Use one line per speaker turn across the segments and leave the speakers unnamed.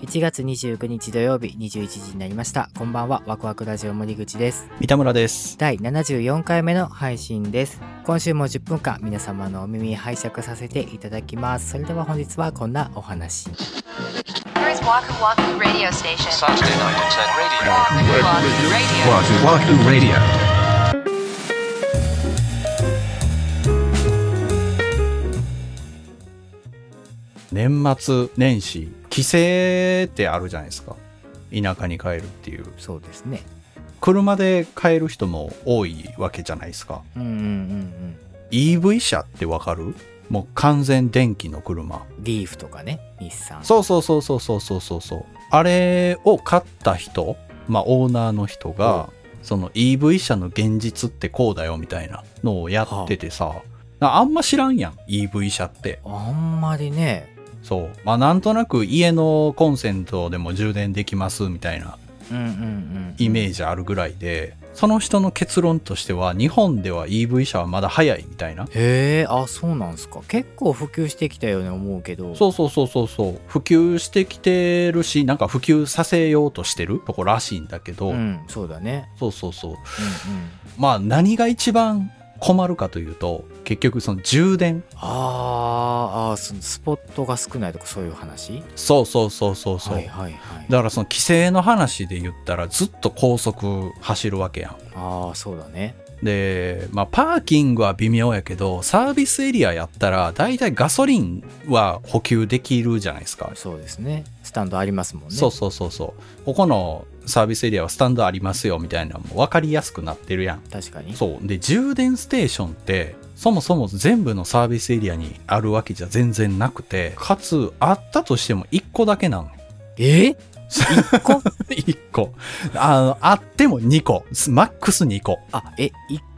1月29日土曜日21時になりました。こんばんは、ワクワクラジオ森口です。
三田村です。
第74回目の配信です。今週も10分間皆様のお耳拝借させていただきます。それでは本日はこんなお話。
Here is Waku Waku Radio Station.
Saturday night at radio.
Waku Waku Radio.
Wazoo Wahoo Radio.
年末年始、帰省ってあるじゃないですか。田舎に帰るっていう。
そうですね。
車で帰る人も多いわけじゃないですか。
うんうんうん
EV 車ってわかるもう完全電気の車。
うん。リーフとかね、日産。
そうそうそうそうそうそうそうそう。あれを買った人、まあオーナーの人が、その EV 車の現実ってこうだよみたいなのをやっててさ、あんま知らんやん、EV 車って。
あんまりね。
そう。まあなんとなく家のコンセントでも充電できますみたいな
うんうんうん。
イメージあるぐらいで、その人の結論としては日本では EV 車はまだ早いみたいな。
へえ、あ、そうなんすか。結構普及してきたように思うけど。
そうそうそうそうそう。普及してきてるし、なんか普及させようとしてるとこらしいんだけど、
うん、そうだね。
そうそうそう。
うんうん。
まあ何が一番困るかというと、結局その充電。
あーあー、そのスポットが少ないとかそういう話
そうそうそうそうそう。
はいはいはい。
だからその規制の話で言ったらずっと高速走るわけやん。
ああ、そうだね。
で、まあ、パーキングは微妙やけど、サービスエリアやったら、だいたいガソリンは補給できるじゃないですか。
そうですね。スタンドありますもんね。
そうそうそうそう。ここのサービスエリアはスタンドありますよ、みたいなのも分かりやすくなってるやん。
確かに。
そう。で、充電ステーションって、そもそも全部のサービスエリアにあるわけじゃ全然なくて、かつ、あったとしても1個だけ なの。
え
1個。あの、あっても2個。マックス2個。
あ、 え、1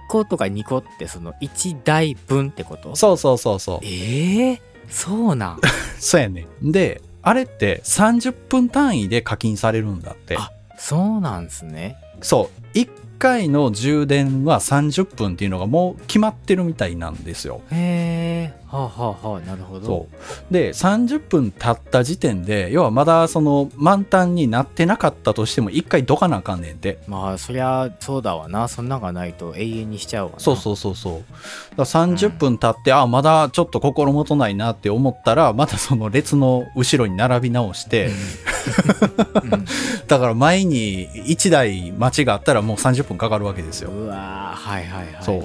個とか2個ってその1台分ってこと
そうそうそうそう。
ええそうなん。
そうやねん。で、あれって30分単位で課金されるんだって。
あそうなんすね。
そう。1回の充電は30分っていうのがもう決まってるみたいなんですよ。
へえ。はあ、はあはあ、なるほど。
そう。で、30分経った時点で、要はまだその満タンになってなかったとしても1回どかなあかんねんて。
まあそりゃそうだわなそんなんがないと永遠にしちゃうわな
そうそうそうそう。だから30分経って、あ、まだちょっと心もとないなって思ったら、またその列の後ろに並び直して、 だから前に1台待ちがあったらもう30分かかるわけです
う
よ。
ん、うわーはいはいはい
そう。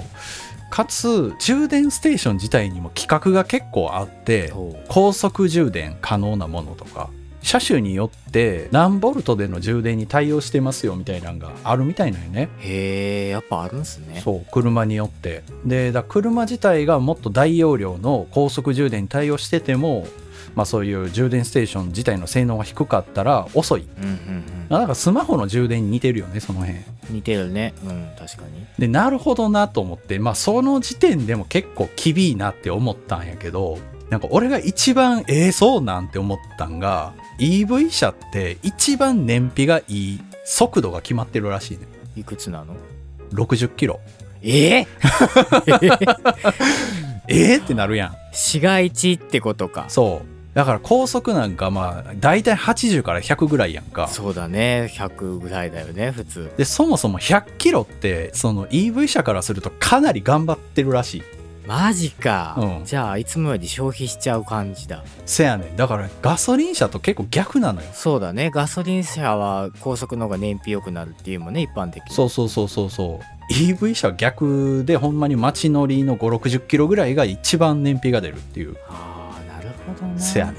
かつ、充電ステーション自体にも規格が結構あって、
そう
高速充電可能なものとか、車種によって何ボルトでの充電に対応してますよみたいなのがあるみたいなんよね。
へえやっぱあるんすね
そう、車によって。で、だ車自体がもっと大容量の高速充電に対応してても、まあそういう充電ステーション自体の性能が低かったら遅い。
う、んうん
あなんかスマホの充電に似てるよね、その辺。
うん、似てるねうん確かに
でなるほどなと思ってまあその時点でも結構厳いなって思ったんやけどなんか俺が一番ええそうなんて思ったんが EV 車って一番燃費がいい速度が決まってるらしいね
いくつなの
60キロ
ええ
ええってなるやん
市街地ってことか
そうだから高速なんかまあ大体80から100ぐらいやんか
そうだね100ぐらいだよね普通
でそもそも100キロってその EV 車からするとかなり頑張ってるらしい
マジか、
うん
じゃあいつもより消費しちゃう感じだ
せやねんだからガソリン車と結構逆なのよ
そうだねガソリン車は高速の方が燃費良くなるっていうもんね一般的に
そうそうそうそうそう EV 車は逆でほんまに街乗りの5 6 0キロぐらいが一番燃費が出るっていう
ああなるほどな
せやねん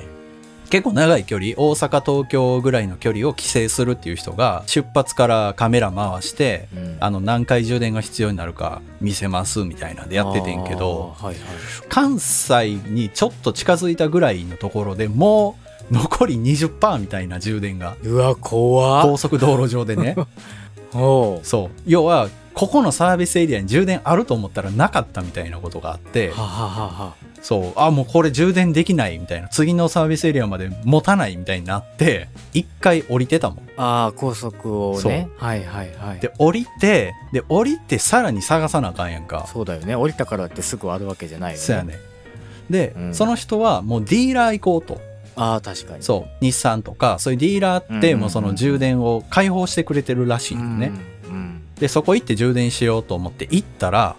結構長い距離大阪東京ぐらいの距離を規制するっていう人が出発からカメラ回して
うん
あの何回充電が必要になるか見せますみたいなんでやっててんけど
あーはいはい
関西にちょっと近づいたぐらいのところでもう残り20%みたいな充電が
うわ怖っ
高速道路上 でね
おう
そう要はここのサービスエリアに充電あると思ったらなかったみたいなことがあって
はははは
そうあもうこれ充電できないみたいな次のサービスエリアまで持たないみたいになって一回降りてたもん
ああ高速をねはいはいはい
で降りてで降りてさらに探さなあかんやんか
そうだよね降りたからってすぐあるわけじゃないよね
そうやねで、
うん
その人はもうディーラー行こうと
ああ確かに
そう日産とかそういうディーラーって
うん
もうその充電を解放してくれてるらしい
うん
よ
ん
ね、
うん
でそこ行って充電しようと思って行ったら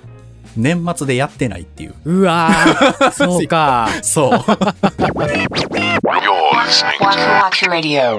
年末でやってないっていう
うわ ーそうか
そう
You're listening
Waku
to
Waku Radio.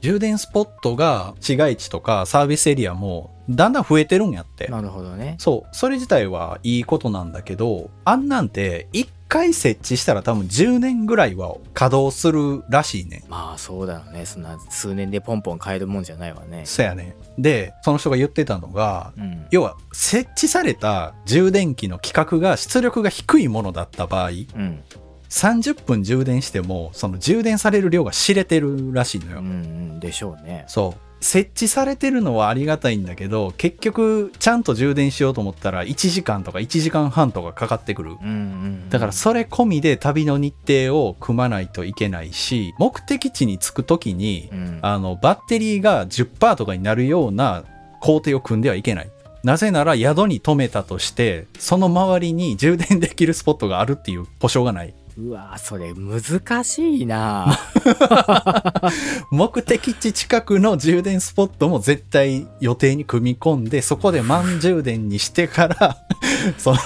充電スポットが市街地とかサービスエリアもだんだん増えてるんやって
なるほどね
そうそれ自体はいいことなんだけどあんなんて1回設置したら多分10年ぐらいは稼働するらしいねん
まあそうだよねそんな数年でポンポン変えるもんじゃないわね
そやねでその人が言ってたのが
うん
要は設置された充電器の規格が出力が低いものだった場合
うん
30分充電してもその充電される量が知れてるらしいの
う
よ、
んうんでしょうね
そう設置されてるのはありがたいんだけど結局ちゃんと充電しようと思ったら1時間とか1時間半とかかかってくる
うんうん
だからそれ込みで旅の日程を組まないといけないし目的地に着く時に
うん
あのバッテリーが10%とかになるような工程を組んではいけないなぜなら宿に泊めたとしてその周りに充電できるスポットがあるっていう保証がないう
わーそれ難しいな
目的地近くの充電スポットも絶対予定に組み込んでそこで満充電にしてから その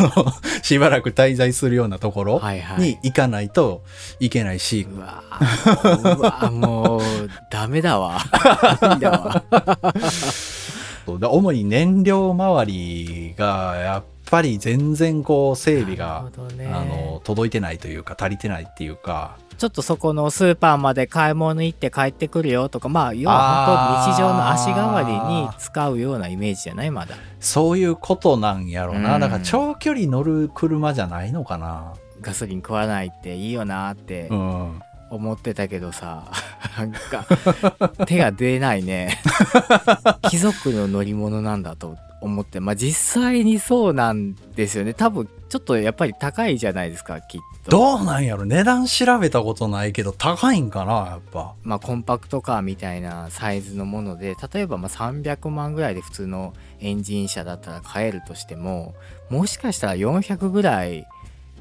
しばらく滞在するようなところ
はいはい
に行かないといけないし、
うわーうわーもうダメだわ 無理だわ
そうだ主に燃料周りがやっぱり全然こう整備
な
が、
るほどね
あの届いてないというか足りてないっていうか
ちょっとそこのスーパーまで買い物行って帰ってくるよとかまあ要は本当日常の足代わりに使うようなイメージじゃないまだ
そういうことなんやろな、
うん
だから長距離乗る車じゃないのかな
ガソリン食わないっていいよなーって
うん
思ってたけどさ なんか手が出ない ね貴族の乗り物なんだと思ってまあ実際にそうなんですよね多分ちょっとやっぱり高いじゃないですかきっと
どうなんやろ値段調べたことないけど高いんかなやっぱ
まあ、コンパクトカーみたいなサイズのもので例えばまあ300万ぐらいで普通のエンジン車だったら買えるとしてももしかしたら400ぐらい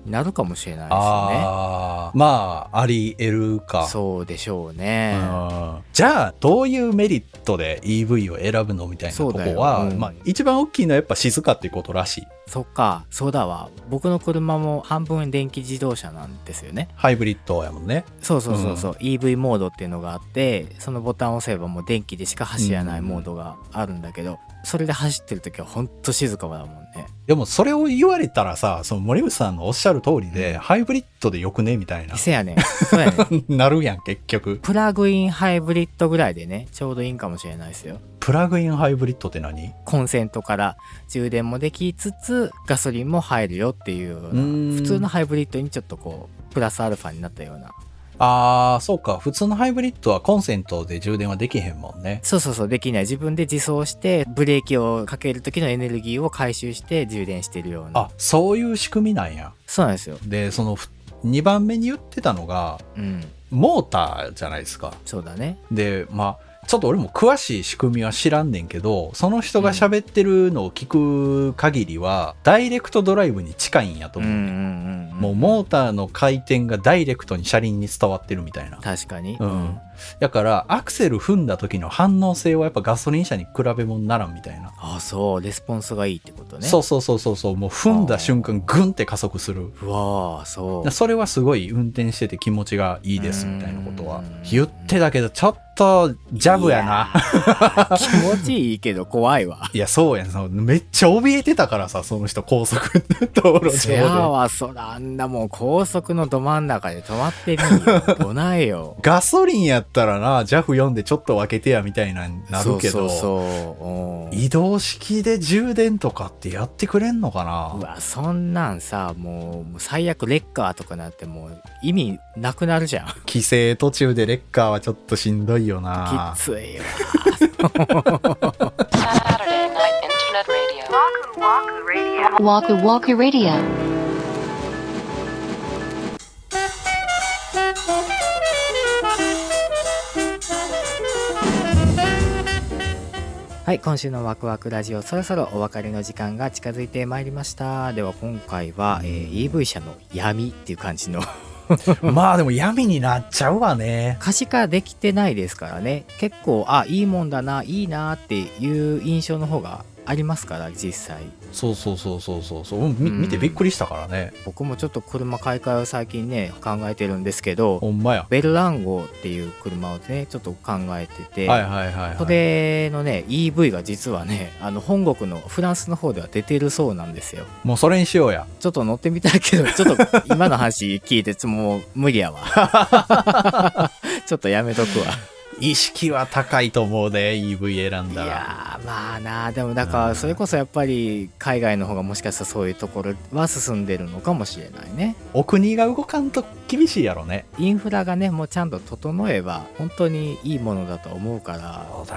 になるかもしれないですよね。
あーまあありえるか
そうでしょう
う
ね。
んじゃあどういうメリットで EV を選ぶのみたいなとこ
そうだ
は、
ようん
まあ、一番大きいのはやっぱ静かっていうことらしい
そっかそうだわ僕の車も半分電気自動車なんですよね。
ハイブリッドやもんね
そうそうそうそう、EV モードっていうのがあってそのボタンを押せばもう電気でしか走らないモードがあるんだけど、それで走ってる時はほんと静かだもんね。
でもそれを言われたらさその森口さんのおっしゃる通りで、
うん
ハイブリッドでよくねみたいな
せやねん。 そうやねん。
なるやん結局
プラグインハイブリッドぐらいでねちょうどいいんかもしれないですよ
プラグインハイブリッドって何
コンセントから充電もできつつガソリンも入るよっていうような普
普
通のハイブリッドにちょっとこうプラスアルファになったような
ああそうか普通のハイブリッドはコンセントで充電はできへんもんね
そうそうそうできない自分で自走してブレーキをかける時のエネルギーを回収して充電してるような
あそういう仕組みなんや
そうなんですよ
でその2番目に言ってたのが
うん
モーターじゃないですか
そうだね
でまあちょっと俺も詳しい仕組みは知らんねんけどその人が喋ってるのを聞く限りは、ダイレクトドライブに近いんやと
うん
思
うんう
う、
ん、うん、
もうモーターの回転がダイレクトに車輪に伝わってるみたいな
確かに、
うんだからアクセル踏んだ時の反応性はやっぱガソリン車に比べ物にならんみたいな、
あそうレスポンスがいいってことね
そうそうそうそうそうもう踏んだ瞬間グンって加速する
うわあそう
それはすごい運転してて気持ちがいいですみたいなこと
う
は
ん
言ってたけどちょっとジャブやない
やー。気持ちいいけど怖いわ。
いや、そうやん。そのめっちゃ怯えてたからさ、その人、高速道路
せや
上で。
わ、そらあんなもう高速のど真ん中で止まってるんよ。どないよ。
ガソリンやったらな、JAF 読んでちょっと分けてやみたいなんなるけ
そ
ど、
うそうそう。うん
移動式で充電とかってやってくれんのか
う
な
わ、そんなんさ、もう、もう最悪レッカーとかなってもう意味なくなるじゃん。
帰省途中でレッカーはちょっとしんどいよな
き。ついわ。
Saturday Night Internet Radio. Waku Waku Radio. Waku Waku Radio.
ははい、今週のワクワクラジオ、そろそろお別れの時間が近づいてまいりました。では今回は、えー EV 車の闇っていう感じの
まあでも闇になっちゃうわね。
可視化できてないですからね。結構、あ、いいもんだな、いいなっていう印象の方がありますから、実際。
そうそうそうそうそうそう、うんみ
うん
見てびっくりしたからね。
僕もちょっと車買い替えを最近ね、考えてるんですけど、
ほんまや。
ベルランゴっていう車をね、ちょっと考えてて、
はいはいはい、はい。
これのね EV が実はねあの本国のフランスの方では出てるそうなんですよ
もうそれにしようや。
ちょっと乗ってみたいけどちょっと今の話聞いてちょもう無理やわ ちょっとやめとくわ
意識は高いと思うで、EV 選ん
い
だら。
やーまあなでもだからそれこそやっぱり海外の方がもしかしたらそういうところは進んでるのかもしれないね
お国が動かんと厳しいやろね。
インフラがねもうちゃんと整えば本当にいいものだと思うから
そうだ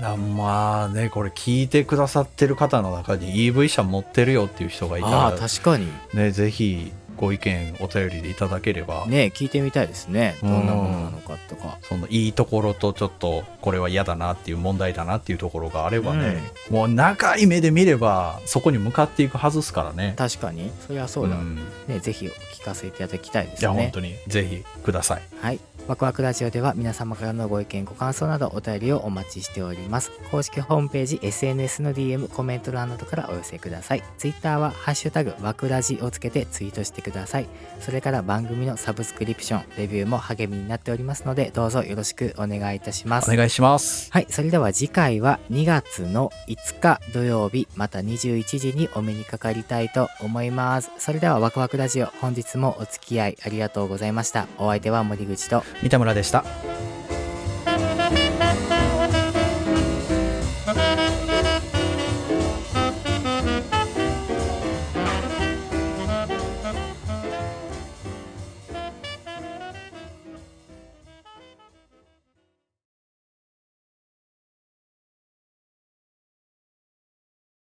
な。なまあね、これ聞いてくださってる方の中に EV 車持ってるよっていう人がいた
ああ
ら、
確かに
ね、ぜひご意見、お便りでいただければ、
ね聞いてみたいですねどんなものなのかとか
そのいいところとちょっとこれは嫌だなっていう問題だなっていうところがあればね、もう長い目で見ればそこに向かっていくはずですからね。
確かにそれはそうだ、
ん
ね、ぜひお聞かせいただきたいで
い
す
や、本
ね。
当にぜひください。
はい。ワクワクラジオでは皆様からのご意見、ご感想などお便りをお待ちしております。公式ホームページ、SNS の DM、コメント欄などからお寄せください。Twitter は、ハッシュタグ、ワクラジをつけてツイートしてください。それから番組のサブスクリプション、レビューも励みになっておりますので、どうぞよろしくお願いいたします
お。願いします。
はい、それでは次回は2月の5日土曜日、また21時にお目にかかりたいと思います。それではワクワクラジオ、本日もお付き合いありがとうございました。お相手は森口と
三田村でした。